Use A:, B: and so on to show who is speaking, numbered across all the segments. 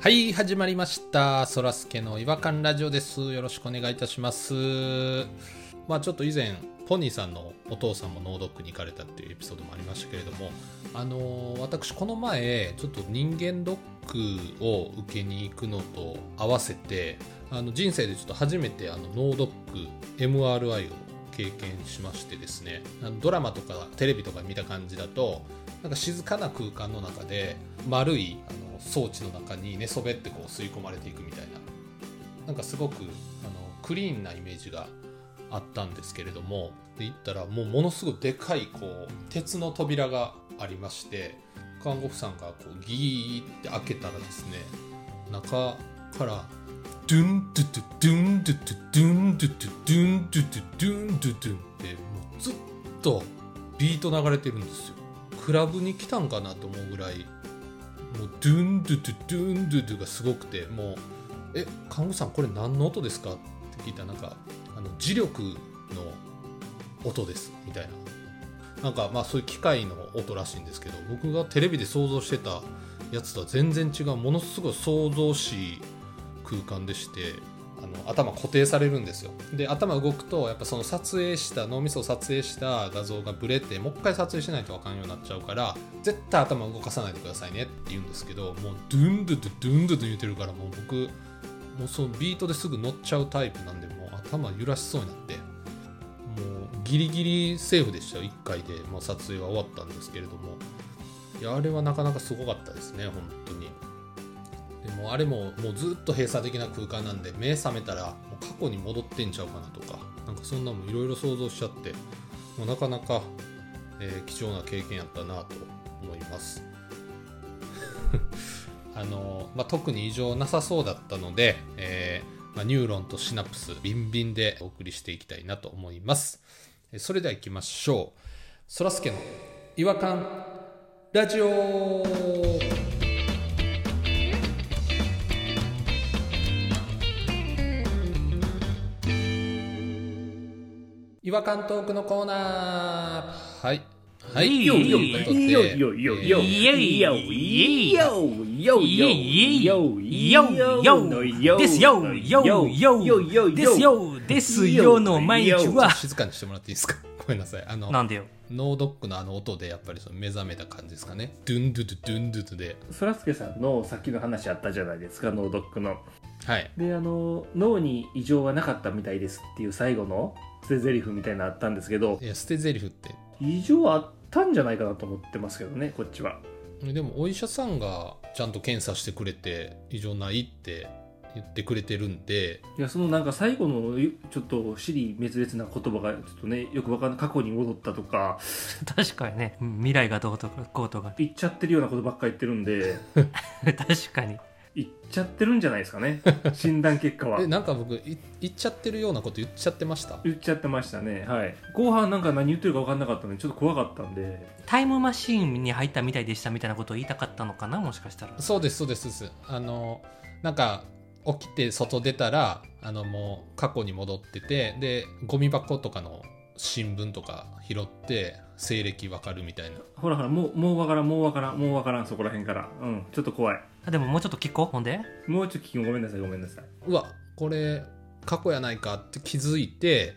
A: はい、始まりました。そらすけの違和感ラジオです。よろしくお願いいたします。まあちょっと以前、ポニーさんのお父さんも脳ドックに行かれたっていうエピソードもありましたけれども、あのー私この前、ちょっと人間ドックを受けに行くのと合わせて、あの人生でちょっと初めてあの脳ドック MRI を経験しましてですね、あのドラマとかテレビとか見た感じだと、なんか静かな空間の中で丸いあの装置の中に寝そべってこう吸い込まれていくみたいななんかすごくあのクリーンなイメージがあったんですけれどもで行ったらもうものすごいでかいこう鉄の扉がありまして看護婦さんがこうギーって開けたらですね中からドゥンドゥドゥドゥンドゥドゥドゥンドゥドゥドゥンドゥドゥドゥンドゥドゥンってもうずっとビート流れてるんですよクラブに来たんかなと思うぐらいもうドゥンドゥドゥドゥンドゥドゥがすごくてもう「え看護師さんこれ何の音ですか?」って聞いたらなんかあの磁力の音ですみたいななんかまあそういう機械の音らしいんですけど僕がテレビで想像してたやつとは全然違うものすごい想像しい空間でしてあの頭固定されるんですよで頭動くとやっぱその撮影した脳みそを撮影した画像がブレてもう一回撮影しないとあかんようになっちゃうから絶対頭動かさないでくださいねって言うんですけどもうドゥンドゥドゥドゥンドゥドゥ言ってるからもう僕もうそのビートですぐ乗っちゃうタイプなんでもう頭揺らしそうになってもうギリギリセーフでしたよ1回でもう撮影は終わったんですけれどもいやあれはなかなかすごかったですね本当に。でもうあれももうずっと閉鎖的な空間なんで目覚めたらもう過去に戻ってんちゃうかなとかなんかそんなもんいろいろ想像しちゃってもうなかなか、えー貴重な経験やったなと思いますあの、まあ、特に異常なさそうだったので、えーまあ、ニューロンとシナプスビンビンでお送りしていきたいなと思いますえーそれでは行きましょうそらすけの違和感ラジオ違和感トークのコーナーはい。はい。
B: いいよいいよ
A: ということで
B: いいよいいよいいよ
A: え
B: い
A: ー
B: いよ
C: いやいやいや
B: ですよ
C: ですよですよの毎日
A: ちょっ
C: は
A: と静かにしてもらっていいですか ごめんなさい。あの、
C: なんでよ
A: ノードックのあの音でやっぱりその目覚めた感じですかね。ドゥンドゥドゥドゥンドゥドゥで。
B: そらすけさんのさっきの話あったじゃないですか脳ドックの
A: はい。
B: であの脳に異常はなかったみたいですっていう最後の捨て台詞みたいなのあったんですけど
A: いや、捨て台詞って。
B: 異常あったんじゃないかなと思ってますけどねこっちは
A: でもお医者さんがちゃんと検査してくれて、異常ないって言ってくれてるんで、
B: いやそのなんか最後のちょっと死に滅裂な言葉がちょっとねよくわかんない過去に戻ったとか
C: 確かにねうん未来がどうとかこうとか
B: 言っちゃってるようなことばっか言ってるんで
C: 確かに
B: 言っちゃってるんじゃないですかね診断結果は
A: え、なんか僕、い言っちゃってるようなこと言っちゃってました
B: 言っちゃってましたねはい後半なんか何言ってるか分かんなかったのでちょっと怖かったんで
C: タイムマシーンに入ったみたいでしたみたいなことを言いたかったのかなもしかしたら
A: そうですそうですそうですあのなんか起きて外出たらあのもう過去に戻っててでゴミ箱とかの新聞とか拾って西暦わかるみたいな
B: ほらほらもうもう分からんもう分からんもう分からんそこら辺からうんちょっと怖い
C: あでももうちょっと聞こうほんで
B: もうちょっと聞きごめんなさいごめんなさいう
A: わこれ過去やないかって気づいて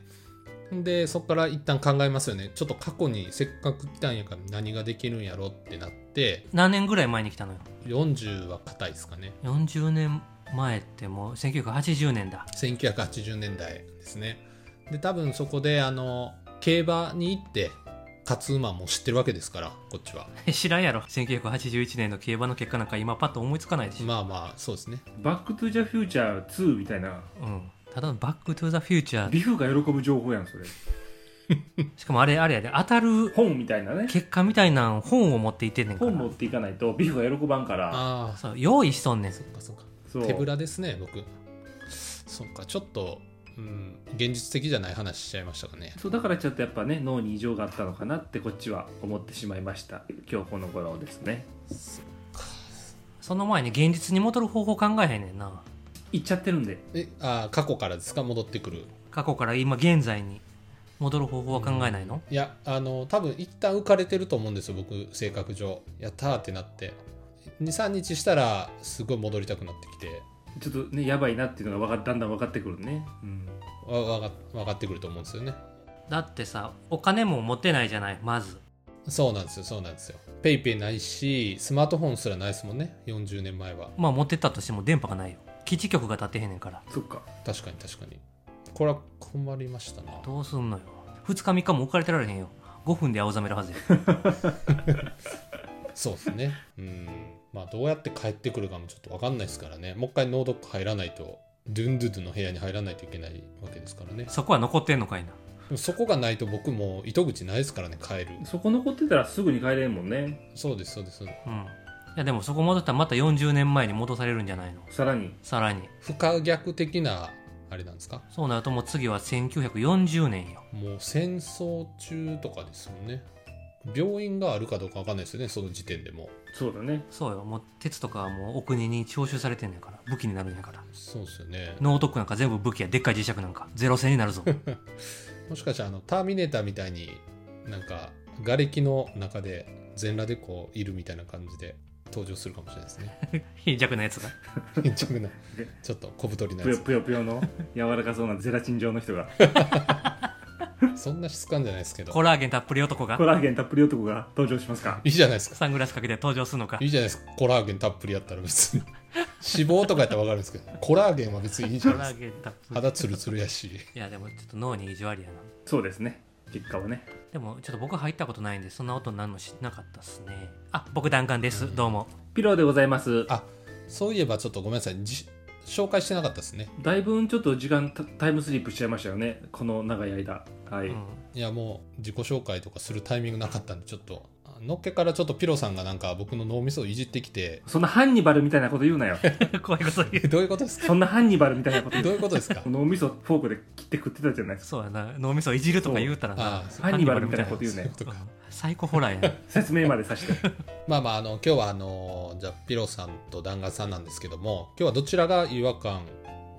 A: でそこから一旦考えますよねちょっと過去にせっかく来たんやから何ができるんやろってなって
C: 何年ぐらい前に来たのよ
A: 40は硬いですかね
C: 40年前ってもう1980年だ
A: 1980年代ですねで多分そこであの競馬に行って勝つ馬も知ってるわけですからこっちは
C: 知らんやろ1981年の競馬の結果なんか今パッと思いつかないでしょ、
A: まあまあそうですね
B: バック・トゥ・ザ・フューチャー2みたいな
C: うん、ただの「バック・トゥ・ザ・フューチャー
B: ビフが喜ぶ情報やんそれ」
C: しかもあれあれやで当たる
B: 本みたいなね
C: 結果みたいな本を持っていってんねんから
B: 本持っていかないとビフが喜ばんから
A: ああ
C: そう用意しとんねん
A: そっかそっか
B: そう
A: 手ぶらですね僕そっかちょっと、うん、現実的じゃない話しちゃいましたかね
B: そうだからちょっとやっぱね脳に異常があったのかなってこっちは思ってしまいました今日この頃ですね
C: その前に現実に戻る方法考えへんねんな
B: 行っちゃってるんで
A: えあー過去からですか戻ってくる
C: 過去から今現在に戻る方法は考えないの、
A: いやあの多分一旦浮かれてると思うんですよ僕性格上やったーってなって23日したらすごい戻りたくなってきて
B: ちょっとねやばいなっていうのがわかだんだん分かってくるね、うん、
A: わわか分かってくると思うんですよね
C: だってさお金も持ってないじゃないまず
A: そうなんですよそうなんですよペイペイないしスマートフォンすらないですもんね40年前は
C: まあ持ってったとしても電波がないよ基地局が立ってへんねんから
B: そっか
A: 確かに確かにこれは困りましたな
C: どうすんのよ2日3日も浮かれてられへんよ5分で青ざめるはずや
A: そうですねうんまあどうやって帰ってくるかもちょっと分かんないですからねもう一回ノードック入らないとドゥンドゥドゥの部屋に入らないといけないわけですからね
C: そこは残ってんのかいな
A: でもそこがないと僕もう糸口ないですからね帰る
B: そこ残ってたらすぐに帰れんもんね
A: そうですそうですそうです
C: うんいやでもそこ戻ったらまた40年前に戻されるんじゃないの
B: さらに
C: さらに
A: 不可逆的なあれなんですか
C: そうなるともう次は1940年よ
A: もう戦争中とかですよね病院があるかどうか分かんないですよねその時点でも
B: そうだね
C: そうよもう鉄とかはもうお国に徴収されてんねんから武器になるんやから
A: そうですよね
C: ノートックなんか全部武器やでっかい磁石なんかゼロ戦になる ぞ
A: もしかしたらあのターミネーターみたいになんか瓦礫の中で全裸でこういるみたいな感じで登場するかもしれないですね
C: 貧弱なやつが
A: 貧弱なちょっと小太りな
B: ぷ
A: や
B: よぷよぷよの柔らかそうなゼラチン状の 人が
A: つそんな質感じゃないですけど
C: コラーゲンたっぷり男が
B: コラーゲンたっぷり男が登場しますか
A: いいじゃないですか
C: サングラスかけて登場するのか
A: いいじゃないですかコラーゲンたっぷりやったら別に脂肪とかやったら分かるんですけどコラーゲンは別にいいじ
C: コ
A: ゃないで
C: ラ
A: す
C: ー
A: か
C: ゲンたっぷり
A: 肌ツルツルやし
C: いやでもちょっと脳に意地悪やな
B: そうですね結果はね
C: でもちょっと僕入ったことないんでそんな音になるのしなかったっすねあ僕弾丸です、どうも
B: ピローでございます
A: あそういえばちょっとごめんなさいじ紹介してなかったですね
B: だいぶちょっと時間タタイムスリップしちゃいましたよねこの長い間はい、
C: うん
A: いやもう自己紹介とかするタイミングなかったんでちょっとあのっけからちょっとピロさんがなんか僕の脳みそをいじってきて
B: そんなハンニバルみたいなこと言うなよ
C: 怖いこと言う
A: どういうことですか
B: そんなハンニバルみたいなこと言
A: ど
B: う
A: ういうことですか
B: このお味噌フォークで切って食ってたじゃないです
C: そうやな脳みそいじるとか言うたら
A: あ
C: な
A: あ
B: かハンニバルみたいなこと言うなよ
A: そういうことか
C: サイコホラーやな
B: 説明までさして
A: まあまああの今日はあのじゃあピロさんと弾丸さんなんですけども今日はどちらが違和感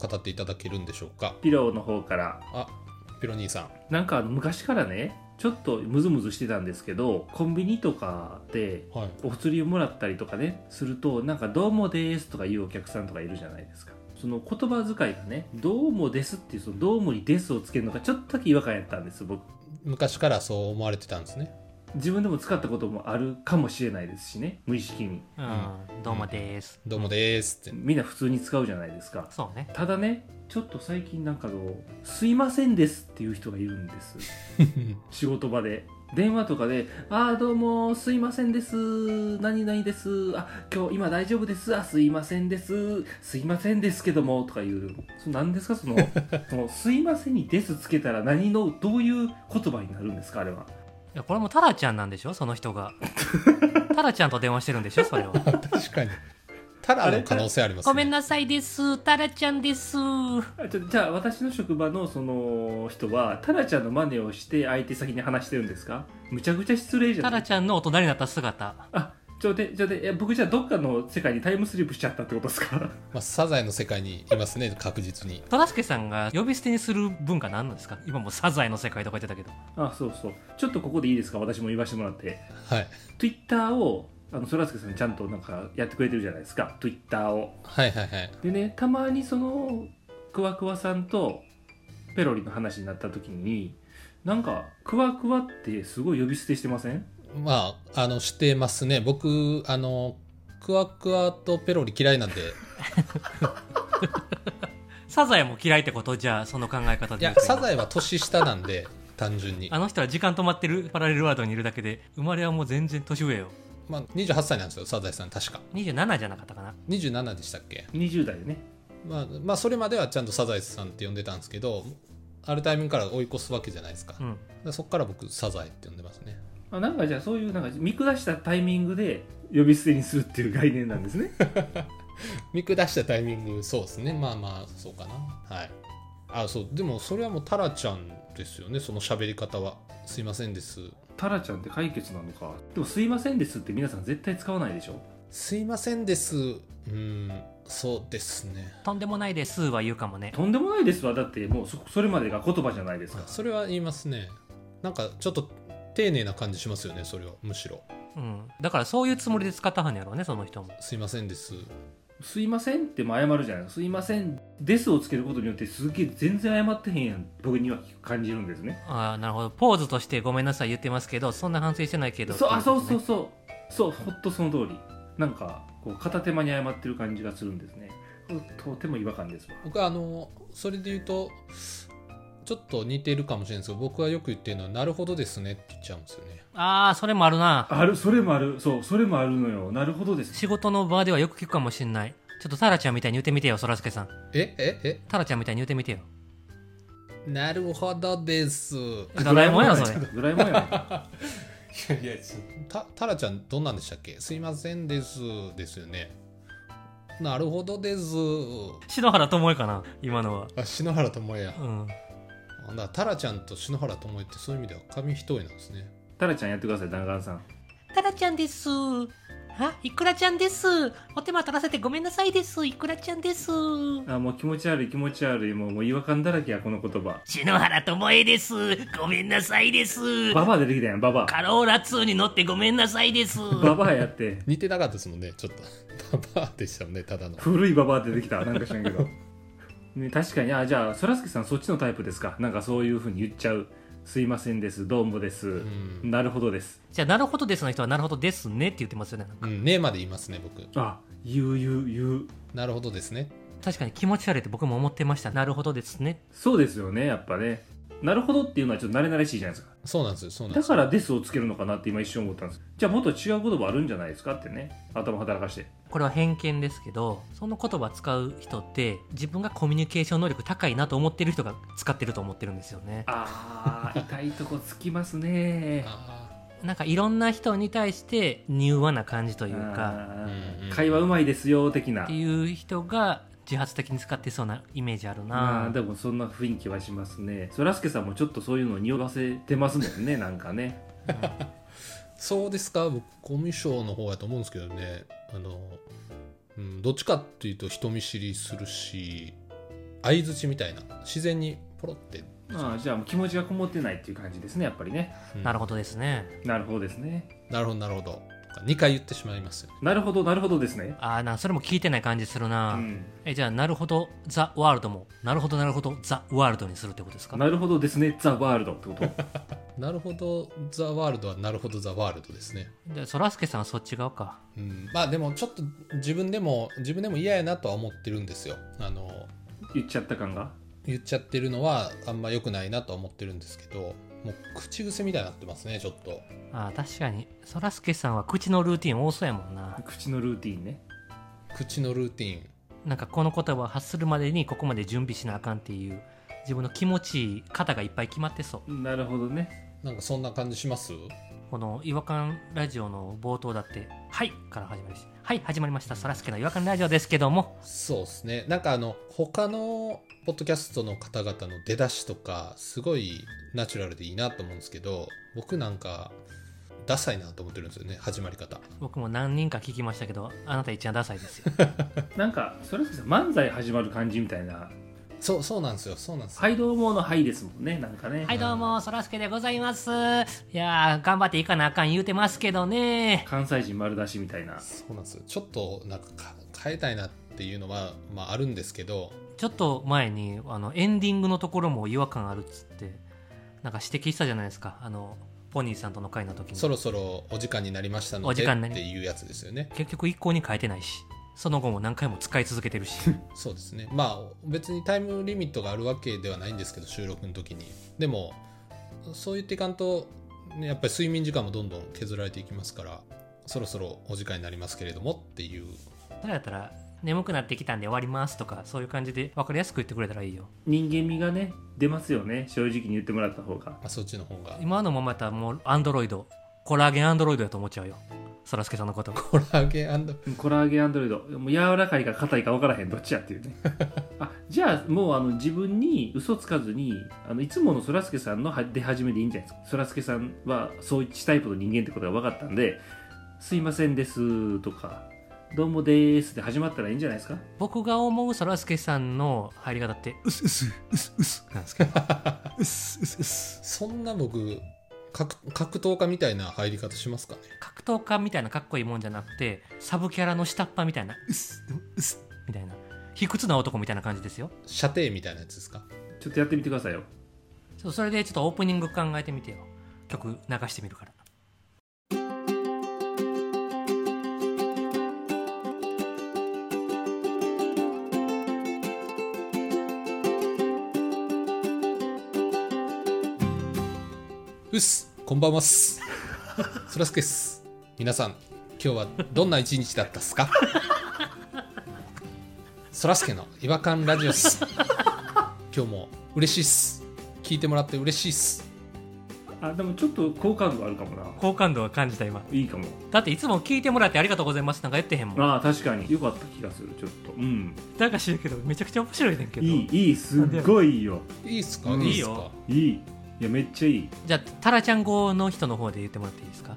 A: 語っていただけるんでしょうか
B: ピローの方から
A: あピロ兄さん
B: なんかあの昔からねちょっとムズムズしてたんですけどコンビニとかで
A: はい
B: お釣りをもらったりとかねするとなんか「どうもです」とか言うお客さんとかいるじゃないですかその言葉遣いがね「どうもです」っていうその「どうも」に「です」をつけるのがちょっとだけ違和感やったんです僕
A: 昔からそう思われてたんですね
B: 自分でも使ったこともあるかもしれないですしね無意識に
C: うん、どうもです、
A: どうもです って
B: みんな普通に使うじゃないですか
C: そうね
B: ただねちょっと最近なんかの「すいませんです」っていう人がいるんです仕事場で電話とかで「ああどうもすいませんです何々ですあ今日今大丈夫ですあすいませんですすいませんですけども」とか言うその何ですかその その「すいません」に「です」つけたら何のどういう言葉になるんですかあれはい
C: やこれもタラちゃんなんでしょその人がタラちゃんと電話してるんでしょそれは
A: 確かにただの可能性ありますね
C: ごめんなさいですタラちゃんです
B: あちょじゃあ私の職場のその人はタラちゃんの真似をして相手先に話してるんですかむちゃくちゃ失礼じゃ
C: タ
B: ない
C: ラちゃんの大人になった姿
B: あちょでちょでいや僕じゃあどっかの世界にタイムスリップしちゃったってことですか
A: まあ、サザエの世界にいますね確実に
C: トラスケさんが呼び捨てにする文化何なんですか今もうサザエの世界とか言ってたけど
B: あそうそうちょっとここでいいですか私も言わせてもらって
A: はい、
B: Twitter をあのそらすけさんちゃんとなんかやってくれてるじゃないですか Twitter を
A: はいはいはい
B: でねたまにそのクワクワさんとペロリの話になった時になんかクワクワってすごい呼び捨てしてません
A: まああのしてますね僕あのクワクワとペロリ嫌いなんで
C: サザエも嫌いってことじゃあその考え方で
A: い
C: 言
A: や
C: う と
A: サザエは年下なんで単純に
C: あの人は時間止まってるパラレルワードにいるだけで生まれはもう全然年上よ
A: まあ、28歳なんですよサザエさん確か
C: 27じゃなかったかな
A: 27でしたっけ
B: 20代でね
A: まあ、まあそれまではちゃんとサザエさんって呼んでたんですけどあるタイミングから追い越すわけじゃないですか,、
C: うん
A: そっから僕サザエって呼んでますね
B: あなんかじゃあそういうなんか見下したタイミングで呼び捨てにするっていう概念なんですね
A: 見下したタイミングそうですねまあまあそうかなはいあそうでもそれはもうタラちゃんですよねその喋り方はすいませんです
B: タラちゃんって解決なのかでも「すいませんです」って皆さん絶対使わないでしょ
A: すいませんですうんそうですね
C: とんでもないですは言うかもね
B: とんでもないですわだってもうそそれまでが言葉じゃないですか
A: それは言いますねなんかちょっと丁寧な感じしますよねそれはむしろ
C: うん、だからそういうつもりで使ったはんやろうねその人も
A: すいませんです
B: すいませんっても謝るじゃないすいませんですをつけることによってすげえ全然謝ってへんやん僕には感じるんですね
C: ああなるほどポーズとしてごめんなさい言ってますけどそんな反省してないけど
B: そうあ
C: ってい
B: そう
C: こと
B: そ
C: ね
B: うそうそうほっとその通りなんかこう片手間に謝ってる感じがするんですねとても違和感ですわ
A: 僕はあのそれで言うとちょっと似てるかもしれないんですけど僕はよく言ってるのは「なるほどですね」って言っちゃうんですよね
C: ああそれもあるな
B: あるそれもあるそうそれもあるのよなるほどです
C: 仕事の場ではよく聞くかもしんないちょっとタラちゃんみたいに言ってみてよそらすけさん
A: えええ
C: タラちゃんみたいに言ってみてよ
A: なるほどですい
C: ドラえもんやろそれ
B: ドラえもんや
A: やいやたタラちゃんどんなんでしたっけすいませんですですよねなるほどです
C: 篠原智恵かな今のは
A: あ篠原智恵や
C: うん
A: あだからタラちゃんと篠原智恵ってそういう意味では紙一重なんですね
B: タラちゃんやってください弾丸さん
C: タラちゃんですあいくらちゃんですお手間取らせてごめんなさいですいくらちゃんです
B: あもう気持ち悪い気持ち悪いもうもう違和感だらけやこの言葉
C: 篠原智恵ですごめんなさいです
B: ババア出てきたやんババア
C: カローラ2に乗ってごめんなさいです
B: ババアやって
A: 似てなかったですもんねちょっとババアでしたもんねただの
B: 古いババア出てきたなんか知らんけど、 ね、確かにあじゃあそらすけさんそっちのタイプですかなんかそういうふうに言っちゃうすいませんですどうもです、
A: ん
B: なるほどです
C: じゃあなるほどですの人はなるほどですねって言ってますよねなんか
A: うんねえまで言いますね僕
B: あ言う言う言う
A: なるほどですね
C: 確かに気持ち悪いって僕も思ってましたなるほどですね
B: そうですよねやっぱねなるほどっていうのはちょっと慣れ慣れしいじゃないですか
A: そうなんですよそうなんで
B: だ
A: すよ
B: から「です」をつけるのかなって今一瞬思ったんですじゃあもっと違う言葉あるんじゃないですかってね頭働かして
C: これは偏見ですけどその言葉使う人って自分がコミュニケーション能力高いなと思ってる人が使ってると思ってるんですよね
B: あー痛いとこつきますね
A: あ
C: なんかいろんな人に対して柔和な感じと
B: と
C: いうか
A: うんうん
B: 会話うまいですよ的な
C: っていう人が自発的に使ってそうなイメージある
B: あ
C: な
B: ーでもそんな雰囲気はしますねそらすけさんもちょっとそういうの匂わせてますも んねなんかね
A: ーそうですか僕コミュ障の方やと思うんですけどねあの、うん、どっちかっていうと人見知りするし相づちみたいな自然にポロって、
B: あーじゃあもう気持ちがこもってないっていう感じですねやっぱりね
A: うん
C: なるほどですね
B: なるほどですね
A: なるほどなるほど2回言ってしまいますよね
B: なるほどなるほどですね
C: ああなそれも聞いてない感じする
B: う
C: な、
B: ん
C: えじゃあなるほどザ・ワールドもなるほどなるほどザ・ワールドにするってことですか
B: なるほどですねザ・ワールドってこと
A: なるほどザ・ワールドはなるほどザ・ワールドですね
C: でそらすけさんはそっち側か
A: うん、まあでもちょっと自分でも自分でも嫌やなとは思ってるんですよあの
B: 言っちゃった感が
A: 言っちゃってるのはあんま良くないなとは思ってるんですけどもう口癖みたいになってますねちょっと
C: あー確かにそらすけさんは口のルーティン多そうやもんな
B: 口のルーティンね
A: 口のルーティン
C: なんかこの言葉を発するまでにここまで準備しなあかんっていう自分の気持ちいい肩がいっぱい決まってそう
B: なるほどね
A: なんかそんな感じします
C: この「違和感ラジオ」の冒頭だって「はい」から始まるし「はい始まりましたそらすけの違和感ラジオ」ですけども
A: そうですねなんかあの他のポッドキャストの方々の出だしとかすごいナチュラルでいいなと思うんですけど僕なんかダサいなと思ってるんですよね始まり方
C: 僕も何人か聞きましたけどあなた一番ダサいですよ
B: なんかそらすけさん漫才始まる感じみたいな「
A: そうそうなんですよそうなんですよ
B: はいどうも」の「はい」ですもんねなんかね、
C: はいどうもそらすけでございますいやー頑張っていかなあかん言うてますけどね
B: 関西人丸出しみたいな
A: そうなんですよちょっとなんかか変えたいなっていうのは、まあ、あるんですけど
C: ちょっと前にあのエンディングのところも違和感あるっつってなんか指摘したじゃないですかあのポニーさんとの会の時に
A: そろそろお時間になりましたの
C: お
A: で
C: 時間にな
A: っ
C: り
A: ていうやつですよね
C: 結局一向に変えてないしその後も何回も使い続けてるし
A: そうですねまあ別にタイムリミットがあるわけではないんですけど収録の時にでもそう言っていかんと、ね、やっぱり睡眠時間もどんどん削られていきますからそろそろお時間になりますけれどもっていう
C: それやったら眠くなってきたんで終わりますとかそういう感じで分かりやすく言ってくれたらいいよ
B: 人間味がね出ますよね正直に言ってもらった方が
A: まあ、そっちの方が
C: 今のままやったらもうアンドロイドコラーゲンアンドロイドやと思っちゃうよそらすけさんのこと
A: コラーゲン
B: コラーゲンアンドロイドもう柔らかいか硬いか分からへんどっちやっていう ねあじゃあもうあの自分に嘘つかずにあのいつものそらすけさんのは出始めでいいんじゃないですかそらすけさんはそうしたいこと人間ってことが分かったんで「すいませんです」とか「どうもです」で始まったらいいんじゃないですか
C: 僕が思うそらすけさんの入り方ってうすうすうすうすなんですけどうすうすうす
A: そんな僕格格闘家みたいな入り方しますかね
C: 格闘家みたいなかっこいいもんじゃなくてサブキャラの下っ端みたいなうっすうっすみたいな卑屈な男みたいな感じですよ
A: 射程みたいなやつですか
B: ちょっとやってみてくださいよ
C: ちょっとそれでちょっとオープニング考えてみてよ曲流してみるから
A: うっすこんばんはっすそらすけっす皆さん今日はどんな一日だったっすかそらすけの違和感ラジオっす今日も嬉しいっす聞いてもらって嬉しいっす
B: あでもちょっと好感度あるかもな
C: 好感度は感じた今
B: いいかも
C: だっていつも聞いてもらってありがとうございますなんか言ってへんもん
B: ああ確かに良かった気がするちょっとうん
C: なんか知るけどめちゃくちゃ面白いねんけど
B: いいいいすっごいいいよ
A: いいっすか、
B: うん
A: いいっす
C: いい
A: か
C: よ
B: いいいやめっちゃいい
C: じゃあタラちゃん語の人の方で言ってもらっていいですか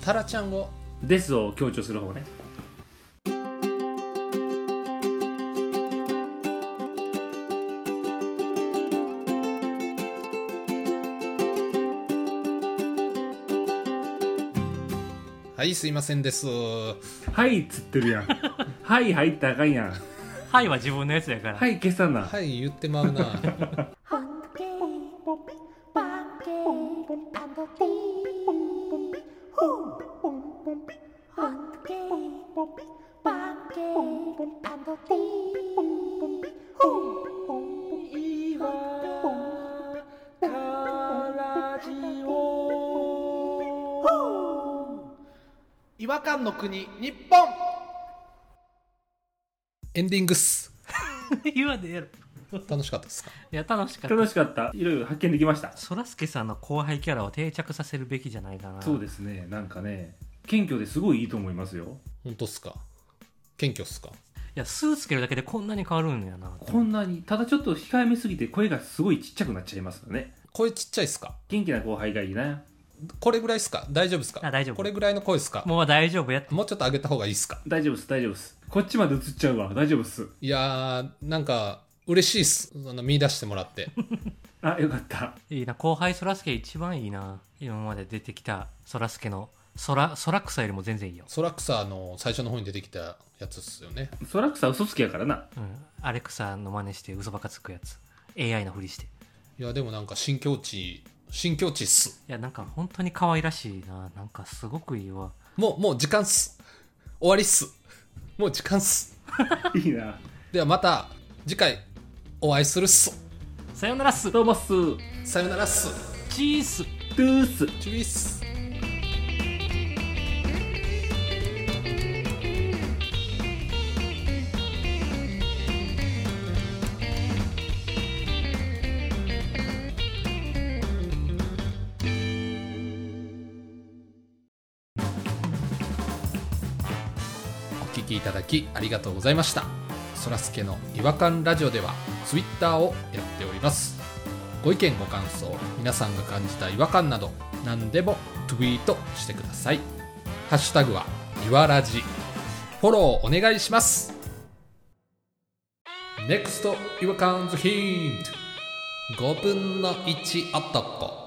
A: タラちゃん語
B: ですを強調する方ね
A: はいすいませんです
B: はいっつって るやんはい入ったらあかんやん
C: はいは自分のやつやから、
B: はい消さな、
A: はい言ってまうな
D: Hungry,
E: 違和感の国日本
A: エンディングっす
C: 言わねえやろ
A: 楽しかったっすか
C: いや楽しかった
B: 楽しかったいろいろ発見できました
C: そらすけさんの後輩キャラを定着させるべきじゃないかな
B: そうですねなんかね謙虚ですごいいいと思いますよ
A: 本当っすか謙虚っすか
C: いやスーツ着るだけでこんなに変わるんやな
B: こんなにただちょっと控えめすぎて声がすごいちっちゃくなっちゃいますよね
A: 声ちっちゃいっすか
B: 元気な後輩がいいな
A: これぐらいっすか大丈夫っすか
C: あ大丈夫
A: これぐらいの声っすか
C: もう大丈夫やって
A: もうちょっと上げた方がいいっすか
B: 大丈夫っす大丈夫っすこっちまで映っちゃうわ大丈夫っす
A: いやーなんか嬉しいっすその見出してもらって
B: あよかった
C: いいな後輩そらすけ一番いいな今まで出てきたそらすけのそらそら草よりも全然いいよ、
A: ソラクサの最初の方に出てきたやつっすよね
B: そらくさ嘘つきやからな
C: うん、アレクサの真似して嘘ばっかつくやつ AI のふりしてい
A: いやでもなんか新境地新境地っす
C: やなんか本当に可愛らしいななんかすごくいいわ
A: もうもう時間っす終わりっすもう時間っす
B: いいな
A: ではまた次回お会いするっす
C: さよならっす
B: どうもっすトゥ
A: さよならっす
C: チース
B: ース
A: チュイっすお聞きいただきありがとうございましたそらすけの違和感ラジオではツイッターをやっておりますご意見ご感想皆さんが感じた違和感など何でもツイートしてくださいハッシュタグはいわらじフォローお願いします NEXT 違和感ズヒント5分の1男